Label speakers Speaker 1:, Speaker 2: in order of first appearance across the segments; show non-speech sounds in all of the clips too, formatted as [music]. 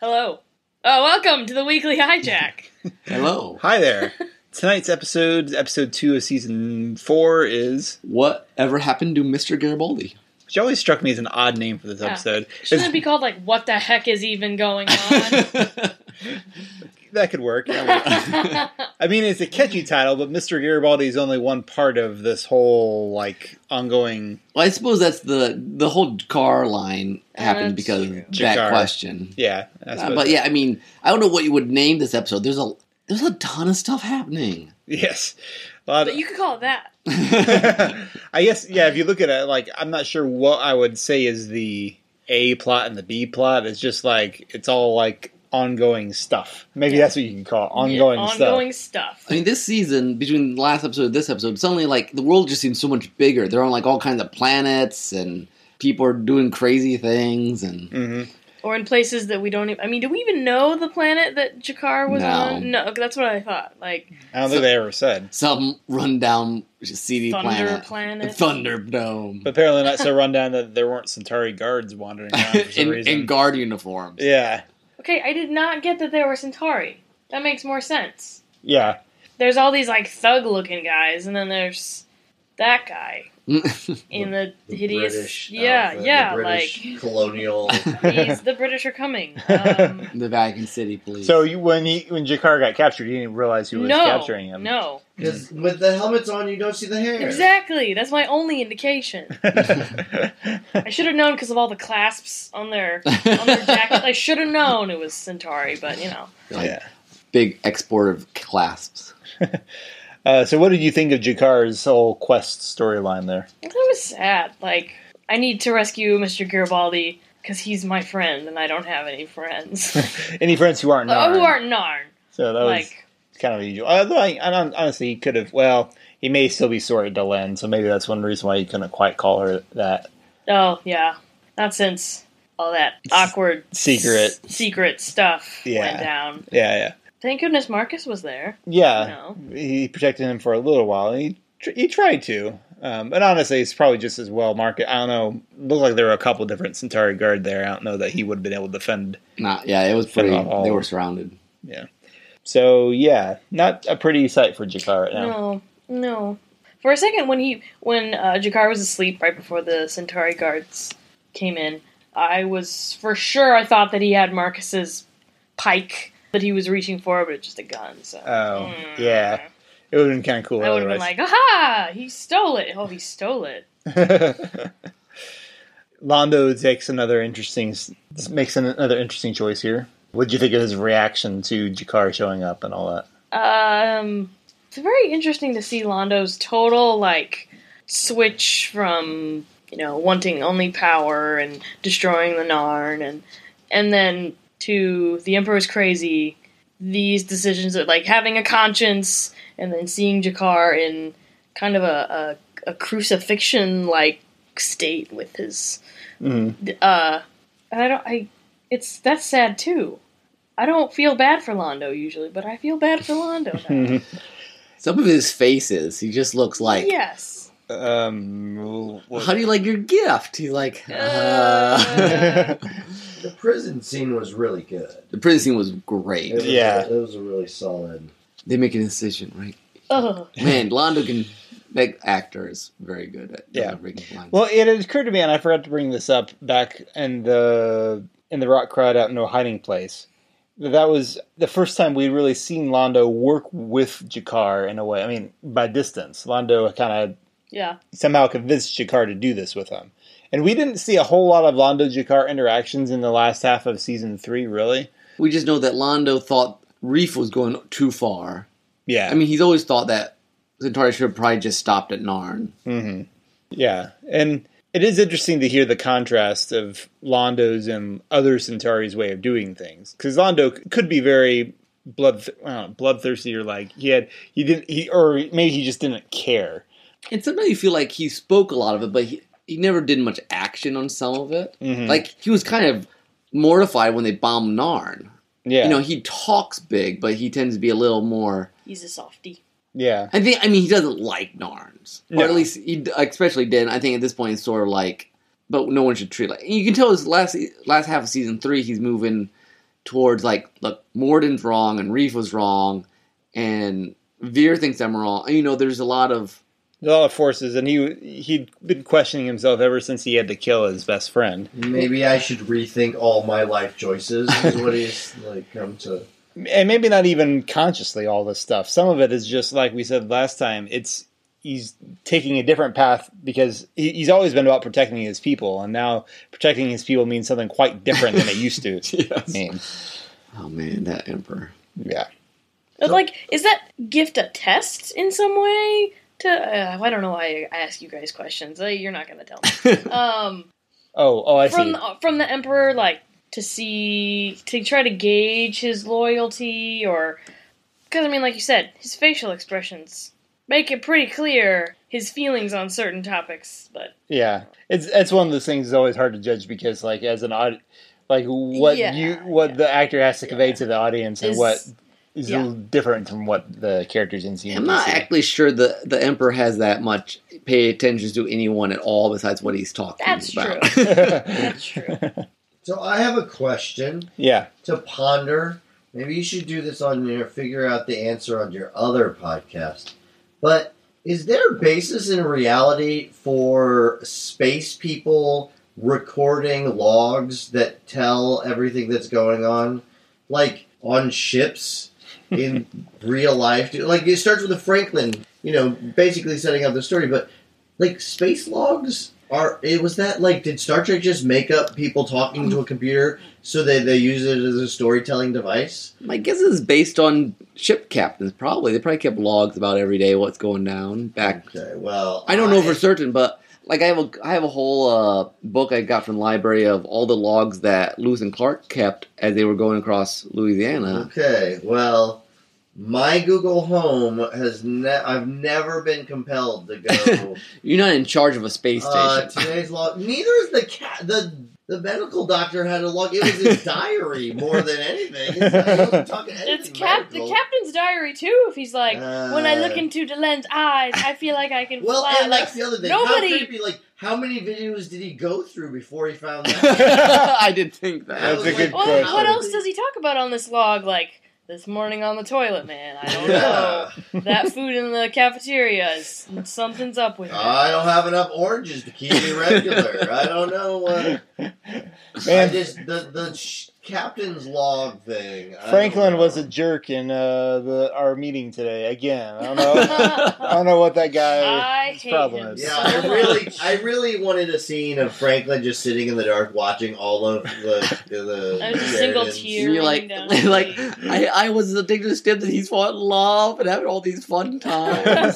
Speaker 1: Hello. Oh, welcome to the weekly
Speaker 2: [laughs]
Speaker 1: hijack.
Speaker 3: Hello.
Speaker 1: [laughs]
Speaker 2: Hi there. Tonight's episode, episode two of season four, is
Speaker 3: Whatever happened to Mr. Garibaldi?
Speaker 2: which always struck me as an odd name for this
Speaker 1: Yeah.
Speaker 2: episode.
Speaker 1: Shouldn't
Speaker 2: It's-
Speaker 1: it be called like "What the heck is even going on"?
Speaker 2: [laughs]
Speaker 1: [laughs]
Speaker 2: that could work. I mean, it's a catchy title, but Mr. Garibaldi is only one part of this whole like ongoing.
Speaker 3: [laughs] Well, I suppose that's the the whole car line happened
Speaker 1: That's
Speaker 3: because
Speaker 1: true.
Speaker 3: of that
Speaker 2: Jakar.
Speaker 3: question.
Speaker 2: Yeah, I
Speaker 3: Uh,
Speaker 2: suppose.
Speaker 3: but yeah, I mean, I don't know what you would name this episode. There's a there's a ton of stuff happening. [laughs]
Speaker 2: yes, a lot.
Speaker 1: but you could call it that.
Speaker 2: [laughs] I guess yeah. If you look at it, like I'm not sure what I would say is the A plot and the B plot. It's just like it's all like ongoing stuff. Maybe
Speaker 1: Yeah.
Speaker 2: that's what you can call it, ongoing stuff.
Speaker 1: Ongoing stuff.
Speaker 3: I mean, this season between the last episode and this episode, suddenly like the world just seems so much bigger. They're on like all kinds of planets, and people are doing crazy things, and
Speaker 2: hmm
Speaker 1: Or in places that we don't. Even, I mean, do we even know the planet that Jakar was
Speaker 3: No.
Speaker 1: on? No, that's what I thought. Like
Speaker 2: I don't think they ever said.
Speaker 3: some rundown seedy
Speaker 1: Thunder
Speaker 3: planet,
Speaker 1: Planet.
Speaker 3: Thunderdome,
Speaker 2: But apparently not so rundown that there weren't Centauri guards [laughs] wandering around
Speaker 3: [laughs]
Speaker 2: for some
Speaker 3: in,
Speaker 2: reason.
Speaker 3: in guard uniforms.
Speaker 2: yeah,
Speaker 1: Okay, I did not get that they were Centauri. That makes more sense.
Speaker 2: yeah.
Speaker 1: There's all these like thug-looking guys, and then there's that guy in the,
Speaker 4: The
Speaker 1: hideous.
Speaker 4: British
Speaker 1: yeah,
Speaker 4: outfit, the
Speaker 1: yeah,
Speaker 4: British
Speaker 1: like.
Speaker 4: [laughs] colonial.
Speaker 1: He's, the British are
Speaker 4: [laughs]
Speaker 1: coming. Um,
Speaker 3: [laughs] the Vatican City police.
Speaker 2: [laughs]
Speaker 3: [laughs]
Speaker 2: So you, when he when Jakar got captured, you didn't realize who was
Speaker 1: no,
Speaker 2: capturing him.
Speaker 1: no,
Speaker 4: Because with the helmets on, you don't see the hair.
Speaker 1: exactly. That's my only indication. I should have known because of all the clasps on their on their jacket. I should have known it was Centauri, but you know.
Speaker 3: Like,
Speaker 2: [laughs] yeah.
Speaker 3: Big export of clasps.
Speaker 2: Uh, so what did you think of Jakar's whole quest storyline there? [laughs]
Speaker 1: That was sad. Like, I need to rescue Mr. Garibaldi because he's my friend and I don't have any
Speaker 2: [laughs]
Speaker 1: friends.
Speaker 2: Any friends who aren't
Speaker 1: Oh,
Speaker 2: Narn.
Speaker 1: who are Narn?
Speaker 2: So that was
Speaker 1: Like,
Speaker 2: kind of unusual. Although I, I don't, honestly, he could have. Well, he may still be sorry to Len, so maybe that's one reason why he couldn't quite call her that
Speaker 1: oh, yeah. Not since all that awkward
Speaker 2: secret.
Speaker 1: secret stuff went
Speaker 2: Yeah.
Speaker 1: down.
Speaker 2: Yeah, yeah,
Speaker 1: Thank goodness Marcus was there.
Speaker 2: yeah.
Speaker 1: No.
Speaker 2: He protected him for a little while. and He tr- he tried to, um, but honestly, it's probably just as well. Market, I don't know. Looked like there were a couple different Centauri guard there. I don't know that he would have been able to defend.
Speaker 3: Nah, yeah, it was pretty.
Speaker 2: Not all.
Speaker 3: They were surrounded.
Speaker 2: So yeah, not a pretty sight for Jakar right now.
Speaker 1: No, no. For a second, when he when uh, Jakar was asleep right before the Centauri guards came in, I was for sure I thought that he had Marcus's pike that he was reaching for, but it's just a gun. So
Speaker 2: Oh,
Speaker 1: Mm.
Speaker 2: yeah. It would have been kind of cool.
Speaker 1: I would have been like,
Speaker 2: otherwise.
Speaker 1: "Aha! He stole it! Oh, he stole it!"
Speaker 2: [laughs] Londo takes another interesting makes an- another interesting choice here. What did you think of his reaction to Jakar showing up and all that?
Speaker 1: Um, it's very interesting to see Londo's total like switch from you know wanting only power and destroying the Narn and and then to the Emperor's crazy. These decisions of like having a conscience and then seeing Jakar in kind of a a, a crucifixion like state with his
Speaker 2: Mm.
Speaker 1: uh and I don't I it's that's sad too. I don't feel bad for Londo usually, but I feel bad for Londo
Speaker 2: [laughs]
Speaker 1: now.
Speaker 2: Mm-hmm.
Speaker 3: Some of his faces, he just looks like.
Speaker 1: yes.
Speaker 2: Um,
Speaker 3: How
Speaker 2: [laughs]
Speaker 3: do you like your gift? He's like.
Speaker 1: Uh.
Speaker 3: Uh. [laughs]
Speaker 4: The prison scene was really good.
Speaker 3: the prison scene was
Speaker 4: It was
Speaker 3: great.
Speaker 2: Yeah.
Speaker 4: it was a really solid.
Speaker 3: They make an incision, right?
Speaker 1: Ugh.
Speaker 3: Man, Londo can. That actor is very good at
Speaker 2: Yeah.
Speaker 3: breaking lines.
Speaker 2: well, it had occurred to me, and I forgot to bring this up back in the in the rock crowd out in no hiding place. that That was the first time we'd really seen Londo work with Jakar in a way. I mean, by distance, Londo kind of
Speaker 1: Yeah.
Speaker 2: somehow convinced Jakar to do this with him. And we didn't see a whole lot of Londo Jakar interactions in the last half of season three, really.
Speaker 3: we just know that Londo thought Reef was going too far.
Speaker 2: Yeah,
Speaker 3: I mean, he's always thought that Centauri should have probably just stopped at Narn.
Speaker 2: hmm yeah, and it is interesting to hear the contrast of Londo's and other Centauri's way of doing things, because Londo c- could be very blood uh, bloodthirsty, or like he had he didn't he or maybe he just didn't care.
Speaker 3: And sometimes you feel like he spoke a lot of it, but he, he never did much action on some of it.
Speaker 2: Mhm.
Speaker 3: Like, he was kind of mortified when they bombed Narn.
Speaker 2: Yeah,
Speaker 3: You know, he talks big, but he tends to be a little more.
Speaker 1: He's a softie.
Speaker 2: yeah,
Speaker 3: I think, I mean, he doesn't like Narns. Or at
Speaker 2: No.
Speaker 3: least, he d- especially did. I think at this point, it's sort of like, but no one should treat like. You can tell his last last half of season three, he's moving towards like, look, Morden's wrong and Reef was wrong, and Veer thinks I'm wrong. And, you know, there's a lot
Speaker 2: [laughs]
Speaker 3: of
Speaker 2: There's a lot of forces, and he he'd been questioning himself ever since he had to kill his best friend.
Speaker 4: Maybe I should rethink all my life choices. Is what he's [laughs] like come to.
Speaker 2: and maybe not even consciously all this stuff. Some of it is just like we said last time. It's he's taking a different path because he, he's always been about protecting his people, and now protecting his people means something quite different than it used [laughs] to
Speaker 3: Yes.
Speaker 2: mean.
Speaker 3: oh man, that Emperor.
Speaker 2: Yeah,
Speaker 1: But, like, is that gift a test in some way? To uh, I don't know why I ask you guys questions. Uh, you're not gonna tell me. um,
Speaker 2: Oh, oh, I
Speaker 1: from
Speaker 2: see.
Speaker 1: the, from the emperor, like to see to try to gauge his loyalty, or because I mean, like you said, his facial expressions make it pretty clear his feelings on certain topics. But
Speaker 2: Yeah, it's it's one of those things. that's always hard to judge because, like, as an aud, like what
Speaker 1: Yeah,
Speaker 2: you what
Speaker 1: yeah.
Speaker 2: the actor has to convey to the audience and
Speaker 1: Is-
Speaker 2: what is
Speaker 1: yeah.
Speaker 2: different from what the characters in scene.
Speaker 3: I'm not
Speaker 2: [laughs]
Speaker 3: actually sure the the Emperor has that much pay attention to anyone at all besides what he's talking
Speaker 1: That's
Speaker 3: about.
Speaker 1: true.
Speaker 2: actually.
Speaker 1: [laughs] that's
Speaker 2: [laughs]
Speaker 1: true.
Speaker 4: So I have a question
Speaker 2: yeah.
Speaker 4: to ponder. Maybe you should do this on your figure out the answer on your other podcast. But is there basis in reality for space people recording logs that tell everything that's going on, like on ships in real life? Do- Like it starts with a Franklin, you know, basically setting up the story. But like space logs are it was that like did Star Trek just make up people talking to a computer so they they use it as a storytelling device?
Speaker 3: [laughs] My guess is based on ship captains. Probably they probably kept logs about every day what's going down back
Speaker 4: Okay, well,
Speaker 3: I don't know for certain, but like I have a I have a whole uh, book I got from the library of all the logs that Lewis and Clark kept as they were going across
Speaker 1: Uh-huh.
Speaker 3: Louisiana.
Speaker 4: Okay, well, my Google Home has ne- I've never been compelled
Speaker 3: [laughs]
Speaker 4: to go.
Speaker 3: You're not in charge of a space
Speaker 4: uh,
Speaker 3: station.
Speaker 4: today's log. Neither is the cat. The the medical doctor had a log. It was his diary more than anything. It's, not- it wasn't talking
Speaker 1: It's
Speaker 4: anything
Speaker 1: cap the
Speaker 4: medical.
Speaker 1: captain's diary too. If he's like, when I
Speaker 4: Uh,
Speaker 1: look into Delen's eyes, I feel like I can
Speaker 4: [laughs] Well,
Speaker 1: fly.
Speaker 4: and
Speaker 1: Like,
Speaker 4: that's the other thing.
Speaker 1: nobody-
Speaker 4: How creepy, like, how many videos did he go through before he
Speaker 3: [laughs]
Speaker 4: found that?
Speaker 3: [laughs] I did think that.
Speaker 2: That's a
Speaker 4: oh,
Speaker 2: good
Speaker 1: well,
Speaker 2: question.
Speaker 1: what else does he talk about on this log? Like this morning on the toilet, man. I
Speaker 4: [laughs]
Speaker 1: don't know.
Speaker 4: Yeah.
Speaker 1: that food in the cafeteria is something's up with it.
Speaker 4: I don't have enough oranges to keep me regular. I don't know what. I
Speaker 2: Man,
Speaker 4: just the the sh- captain's log thing. I don't
Speaker 2: Franklin
Speaker 4: know.
Speaker 2: was a jerk in uh, the our meeting today again. I don't know. I don't know what that guy.
Speaker 1: [laughs]
Speaker 2: [laughs]
Speaker 1: I
Speaker 2: His
Speaker 1: hate
Speaker 2: problem
Speaker 1: him.
Speaker 2: is-
Speaker 4: Yeah,
Speaker 1: so
Speaker 4: I
Speaker 1: much.
Speaker 4: really, I really wanted a scene of Franklin just sitting in the dark watching all of the
Speaker 1: [laughs]
Speaker 4: the.
Speaker 1: That was a single
Speaker 4: Sheridans.
Speaker 1: tear.
Speaker 3: You're like, [laughs]
Speaker 1: down the
Speaker 3: like
Speaker 1: street.
Speaker 3: I, I was addicted to Stib that he's fallen in love and having all these
Speaker 1: [laughs]
Speaker 3: fun times.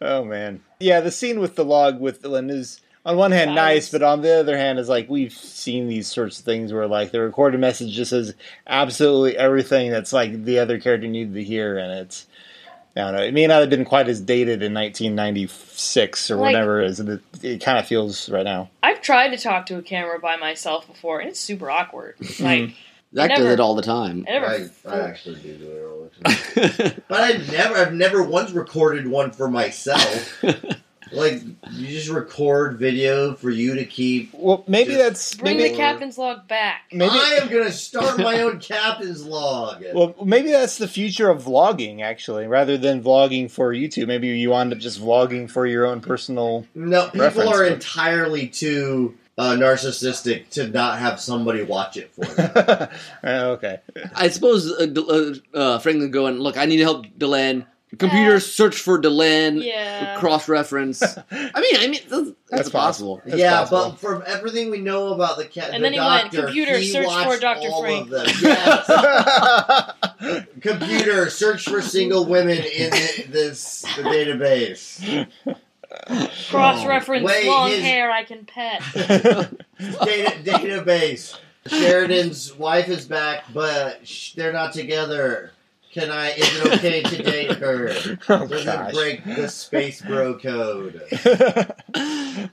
Speaker 2: oh man. Yeah, the scene with the log with Ellen is on one hand nice,
Speaker 1: Nice.
Speaker 2: but on the other hand is like we've seen these sorts of things where like the recorded message just says absolutely everything that's like the other character needed to hear, and it's. I don't know. It may not have been quite as dated in 1996 or
Speaker 1: Like-
Speaker 2: whatever as it, it kind of feels
Speaker 1: [laughs]
Speaker 2: right now.
Speaker 1: I've tried to talk to a camera by myself before, and it's super awkward. Like
Speaker 3: Zach does
Speaker 1: Never.
Speaker 3: it all the time.
Speaker 1: I never.
Speaker 4: I, I
Speaker 1: full-
Speaker 4: actually do do it all the time. But I've never, I've never once recorded one for myself.
Speaker 2: [laughs]
Speaker 4: like you just record video for you to keep.
Speaker 2: Well, maybe
Speaker 4: Just
Speaker 2: that's
Speaker 1: bring
Speaker 2: maybe
Speaker 1: the captain's log back.
Speaker 2: Maybe-
Speaker 4: I am gonna start my own captain's log.
Speaker 2: Well, maybe that's the future of vlogging, actually, rather than vlogging for YouTube. Maybe you wind up just vlogging for your own personal. [laughs]
Speaker 4: no, people
Speaker 2: reference,
Speaker 4: are
Speaker 2: but-
Speaker 4: entirely too uh, narcissistic to not have somebody watch it
Speaker 2: [laughs]
Speaker 4: for them.
Speaker 2: Uh, okay.
Speaker 3: I suppose uh, D- uh, uh, Franklin going, look, I need to help Delenn. Computer search for Delenn.
Speaker 1: Uh, Yeah. [laughs]
Speaker 3: Cross reference. I mean, I mean, that's, that's,
Speaker 2: That's
Speaker 3: possible.
Speaker 2: That's
Speaker 4: yeah,
Speaker 2: possible.
Speaker 4: but from everything we know about the cat,
Speaker 1: And
Speaker 4: the
Speaker 1: then he went,
Speaker 4: doctor,
Speaker 1: "Computer,
Speaker 4: he
Speaker 1: search for
Speaker 4: watched
Speaker 1: Dr.
Speaker 4: all
Speaker 1: Frank."
Speaker 4: of them.
Speaker 1: [laughs]
Speaker 4: Yes.
Speaker 2: Oh,
Speaker 4: Computer, search for single women in the, this the database.
Speaker 1: Cross reference
Speaker 4: Wait,
Speaker 1: long
Speaker 4: his-
Speaker 1: hair I can pet.
Speaker 4: Data, database. Sheridan's wife is back, but sh- they're not together. Can I? Is it okay to date her?
Speaker 2: [laughs] oh,
Speaker 4: Doesn't
Speaker 2: gosh.
Speaker 4: break the space bro
Speaker 2: [laughs]
Speaker 4: code.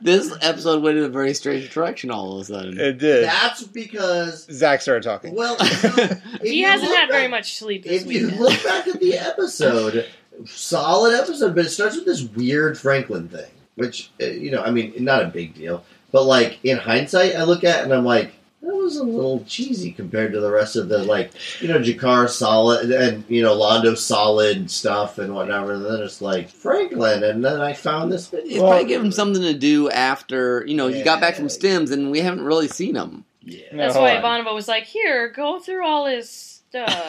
Speaker 3: This episode went in a very strange direction all of a sudden.
Speaker 2: it did.
Speaker 4: That's because
Speaker 2: Zach started
Speaker 1: [laughs]
Speaker 2: talking.
Speaker 4: well, so if
Speaker 1: He
Speaker 4: you
Speaker 1: hasn't
Speaker 4: look
Speaker 1: had very
Speaker 4: at-
Speaker 1: much sleep this
Speaker 4: If you
Speaker 1: weekend.
Speaker 4: look back at the episode, solid episode, but it starts with this weird Franklin thing, which uh, you know, I mean, not a big deal, but like in hindsight, I look at it and I'm like, That was a little cheesy compared to the rest of the like, you know, Jakar solid and you know Londo solid stuff and whatever. And then it's like Franklin, and then I found this
Speaker 3: It's
Speaker 4: video.
Speaker 2: Well-
Speaker 3: probably give him something to do after you know he got back from
Speaker 4: Yeah.
Speaker 3: stims, and we haven't really seen him.
Speaker 4: Yeah.
Speaker 2: No,
Speaker 1: That's
Speaker 2: hold
Speaker 1: why
Speaker 2: on.
Speaker 1: Ivanova was like, "Here, go through all his
Speaker 3: [laughs]
Speaker 1: stuff.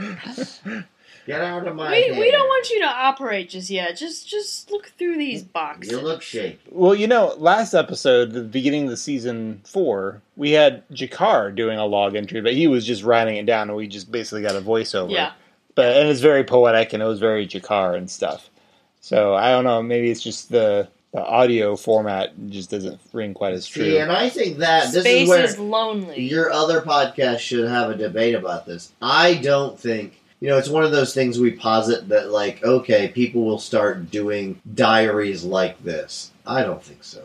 Speaker 2: yeah,
Speaker 4: Get out of my
Speaker 1: we
Speaker 4: head.
Speaker 1: we don't want you to operate just yet. Just just look through these boxes.
Speaker 4: You look shaky.
Speaker 2: [laughs] well, you know, last episode, the beginning of the season four, we had Jakar doing a log entry, but he was just writing it down, and we just basically got a voiceover.
Speaker 1: yeah,
Speaker 2: but and it's very poetic and it was very Jakar and stuff. So I don't know. Maybe it's just the, the audio format just doesn't ring quite as true.
Speaker 4: See, and I think that this
Speaker 1: space
Speaker 4: is where
Speaker 1: is lonely.
Speaker 4: Your other podcast should have a debate about this. I don't think, you know, it's one of those things we posit that, like, okay, people will start doing diaries like this. I don't
Speaker 2: [laughs]
Speaker 4: think so.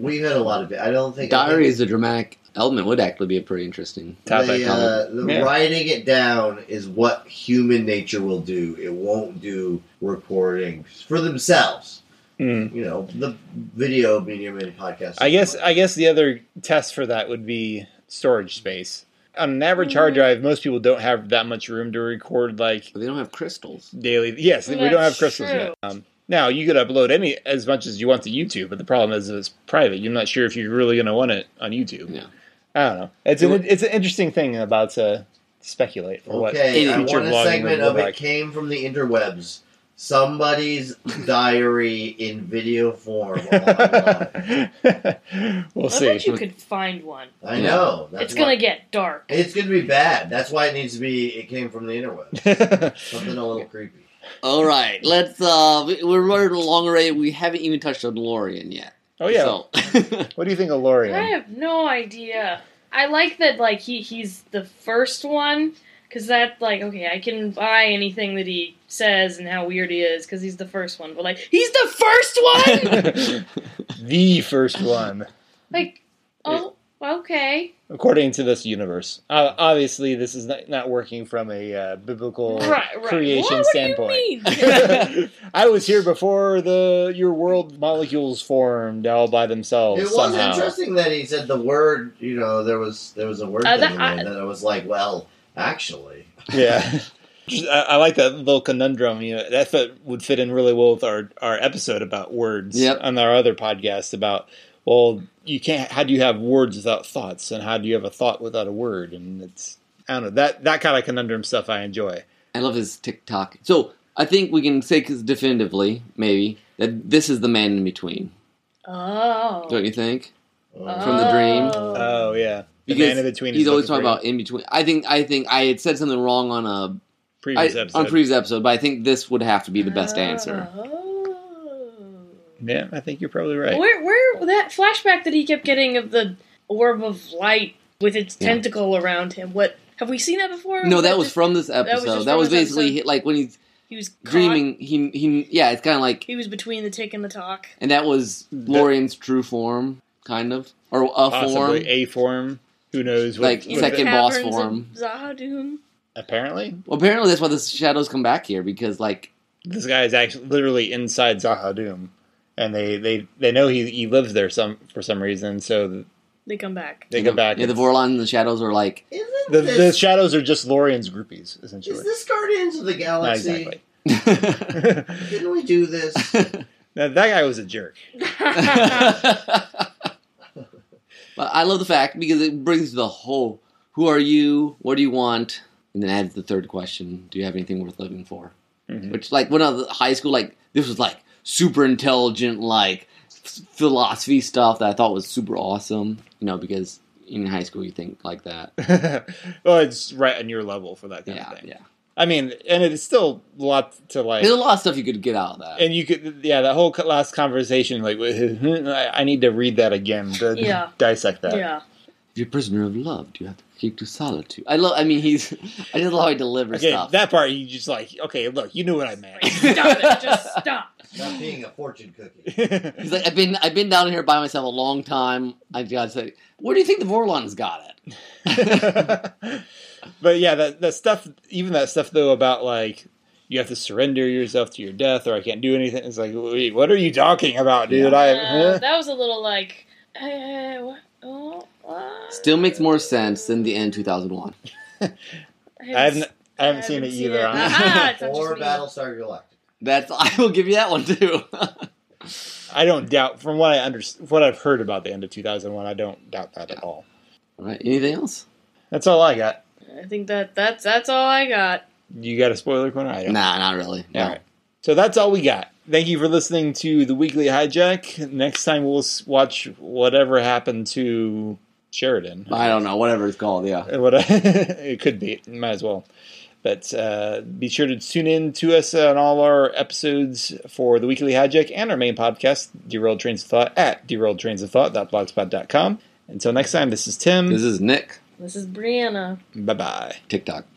Speaker 4: We've had a lot of, I don't think. I think
Speaker 3: Diary is a dramatic element would actually be pretty interesting.
Speaker 4: They, uh, the
Speaker 2: Yeah.
Speaker 4: Writing it down is what human nature will do. It won't do recording for themselves.
Speaker 2: Mm.
Speaker 4: You know, the video medium and podcast.
Speaker 2: I guess I guess the other test for that would be storage space. On an average hard drive, most people don't have that much room to record like
Speaker 3: But they don't have crystals.
Speaker 2: daily. Yes, we don't have
Speaker 1: That's
Speaker 2: crystals
Speaker 1: true.
Speaker 2: yet. Um, now you could upload any as much as you want to YouTube, but the problem is it's private. You're not sure if you're really going to want it on YouTube.
Speaker 3: Yeah.
Speaker 2: I don't know. It's an it's an interesting thing about to speculate for what
Speaker 4: Okay, I
Speaker 2: future
Speaker 4: want a
Speaker 2: vlogging
Speaker 4: segment
Speaker 2: would
Speaker 4: of
Speaker 2: look
Speaker 4: it
Speaker 2: like.
Speaker 4: came from the interwebs.
Speaker 2: [laughs]
Speaker 4: Somebody's diary in video form. Oh online.
Speaker 2: [laughs] we'll
Speaker 1: I
Speaker 2: see.
Speaker 1: bet you could find one.
Speaker 4: I
Speaker 3: Yeah.
Speaker 4: know. That's
Speaker 1: it's gonna
Speaker 4: why-
Speaker 1: get dark.
Speaker 4: It's gonna be bad. That's why it needs to be. It came from the interwebs. Something
Speaker 2: [laughs]
Speaker 4: a little creepy.
Speaker 3: All right, let's. uh we- We're running along already. We haven't even touched on Lorian yet.
Speaker 2: oh yeah.
Speaker 3: So. [laughs]
Speaker 2: What do you think of
Speaker 1: I
Speaker 2: Lorian?
Speaker 1: have no idea. I like that. Like he he's the first one because that like okay, I can buy anything that he says and how weird he is because he's the first one. But like he's the first
Speaker 3: [laughs]
Speaker 1: one.
Speaker 2: the first one,
Speaker 1: like oh okay
Speaker 2: according to this universe. Uh, obviously, this is not, not working from a uh, biblical
Speaker 1: right right.
Speaker 2: creation
Speaker 1: what,
Speaker 2: standpoint.
Speaker 1: do you mean?
Speaker 2: [laughs]
Speaker 1: [laughs]
Speaker 2: I was here before the your world molecules formed all by themselves.
Speaker 4: It was
Speaker 2: somehow.
Speaker 4: interesting that he said the word. You know, there was there was a word
Speaker 1: Uh,
Speaker 4: thing
Speaker 1: that-
Speaker 4: in there that I was like, well, actually,
Speaker 3: [laughs]
Speaker 2: Yeah. Just- I, I like that little conundrum. You know, that fit, would fit in really well with our, our episode about words
Speaker 3: Yep.
Speaker 2: on our other podcast about well, you can't. How do you have words without thoughts, and how do you have a thought without a word? And it's I don't know that that kind of conundrum stuff I enjoy.
Speaker 3: I love his TikTok. So I think we can say 'cause definitively, maybe, that this is the man in between.
Speaker 1: oh
Speaker 3: Don't you think?
Speaker 4: Uh,
Speaker 3: From the dream.
Speaker 1: Oh.
Speaker 2: Oh yeah, the
Speaker 3: Because
Speaker 2: man in between. is
Speaker 3: He's always
Speaker 2: looking
Speaker 3: talking about in between. I think. I think I had said something wrong on a
Speaker 2: for
Speaker 3: I,
Speaker 2: previous episode.
Speaker 3: on a previous episode, but I think this would have to be the
Speaker 1: Ah.
Speaker 3: best answer.
Speaker 1: Oh.
Speaker 2: yeah, I think you're probably right.
Speaker 1: Where where that flashback that he kept getting of the orb of light with its
Speaker 3: Yeah.
Speaker 1: tentacle around him? What have we seen that before?
Speaker 3: No, that was
Speaker 1: just-
Speaker 3: from this
Speaker 1: was
Speaker 3: episode. That was,
Speaker 1: just from this
Speaker 3: basically
Speaker 1: episode.
Speaker 3: like when he's
Speaker 1: he was caught,
Speaker 3: dreaming. He he. Yeah, it's kind of like,
Speaker 1: He was between the tick and the talk.
Speaker 3: and that was Lorian's true form, kind of, or a
Speaker 2: Possibly
Speaker 3: form.
Speaker 2: a form. Who knows? What,
Speaker 3: Like,
Speaker 1: In
Speaker 2: what-
Speaker 3: second
Speaker 1: the
Speaker 3: boss
Speaker 1: caverns
Speaker 3: form.
Speaker 1: Of Zahadum.
Speaker 2: apparently,
Speaker 3: Well, apparently that's why the shadows come back here because like
Speaker 2: this guy is actually literally inside Zahadum, and they they they know he he lives there some for some reason. So
Speaker 1: They come
Speaker 2: [laughs]
Speaker 1: back. [laughs]
Speaker 2: they go back.
Speaker 3: Yeah, the Vorlon and the shadows are like [laughs]
Speaker 4: isn't
Speaker 2: the,
Speaker 4: this,
Speaker 2: the shadows are just Lorian's groupies, essentially.
Speaker 4: is this Guardians of the
Speaker 2: Not
Speaker 4: Galaxy?
Speaker 2: exactly. [laughs] now
Speaker 4: Didn't we do this?
Speaker 2: that guy was a jerk.
Speaker 3: but I love the fact because it brings the whole who are you, what do you want, and then adds the third question do you have anything worth living for?
Speaker 2: Mhm.
Speaker 3: Which, like, when I was at high school, like, this was like super intelligent, like, f- philosophy stuff that I thought was super awesome, you know, because in high school you think like that.
Speaker 2: [laughs] well, it's right on your level for that kind
Speaker 3: Yeah,
Speaker 2: of thing.
Speaker 3: yeah.
Speaker 2: I mean, and it's still a lot to like.
Speaker 3: There's a lot of stuff you could get out of that.
Speaker 2: And you could, yeah, that whole co- last conversation, like, [laughs] I I need to read that again to
Speaker 1: Yeah.
Speaker 2: [laughs] dissect that.
Speaker 1: yeah.
Speaker 3: If you're a prisoner of love, do you have to keep to solitude? I love, I mean, he's, I just love how he delivers
Speaker 2: Okay,
Speaker 3: stuff.
Speaker 2: that part you just like. Okay, look, you knew what I meant. [laughs]
Speaker 1: Stop it. Just stop.
Speaker 4: Not being a fortune cookie.
Speaker 3: [laughs] He's like, I've been I've been down here by myself a long time. I gotta say, where do you think the Vorlons got it?
Speaker 2: [laughs] but yeah, that that stuff, even that stuff though about like you have to surrender yourself to your death, or I can't do anything. It's like, wait, what are you talking about, [laughs] dude? I
Speaker 1: Uh,
Speaker 2: huh?
Speaker 1: that was a little like. Uh, what? Oh, Uh,
Speaker 3: Still makes more sense than the end 2001.
Speaker 2: I haven't, I haven't seen it either. honestly.
Speaker 1: [laughs] Ah, it's not
Speaker 4: or
Speaker 1: just me.
Speaker 4: Battlestar Galactica.
Speaker 3: That's [laughs] I will give you that one too.
Speaker 2: [laughs]
Speaker 3: [laughs]
Speaker 2: I don't doubt from what I under, what I've heard about the end of 2001. I don't doubt that at all.
Speaker 3: all right. Anything else?
Speaker 2: That's all I got.
Speaker 1: I think that that's that's all I got.
Speaker 2: You got a spoiler corner? I don't.
Speaker 3: Nah, not really. No.
Speaker 2: All right. So that's all we got. Thank you for listening to the weekly hijack. Next time we'll s- watch whatever happened to Sheridan.
Speaker 3: I don't know. Whatever it's called. Yeah.
Speaker 2: What [laughs] it could be, might as well. But uh, be sure to tune in to us on all our episodes for the weekly hijack and our main podcast, Derailed Trains of Thought, at Mm. derailedtrainsofthought.blogspot.com. Until next time, this is Tim.
Speaker 3: This is Nick
Speaker 1: This is Brianna.
Speaker 2: bye bye.
Speaker 3: TikTok.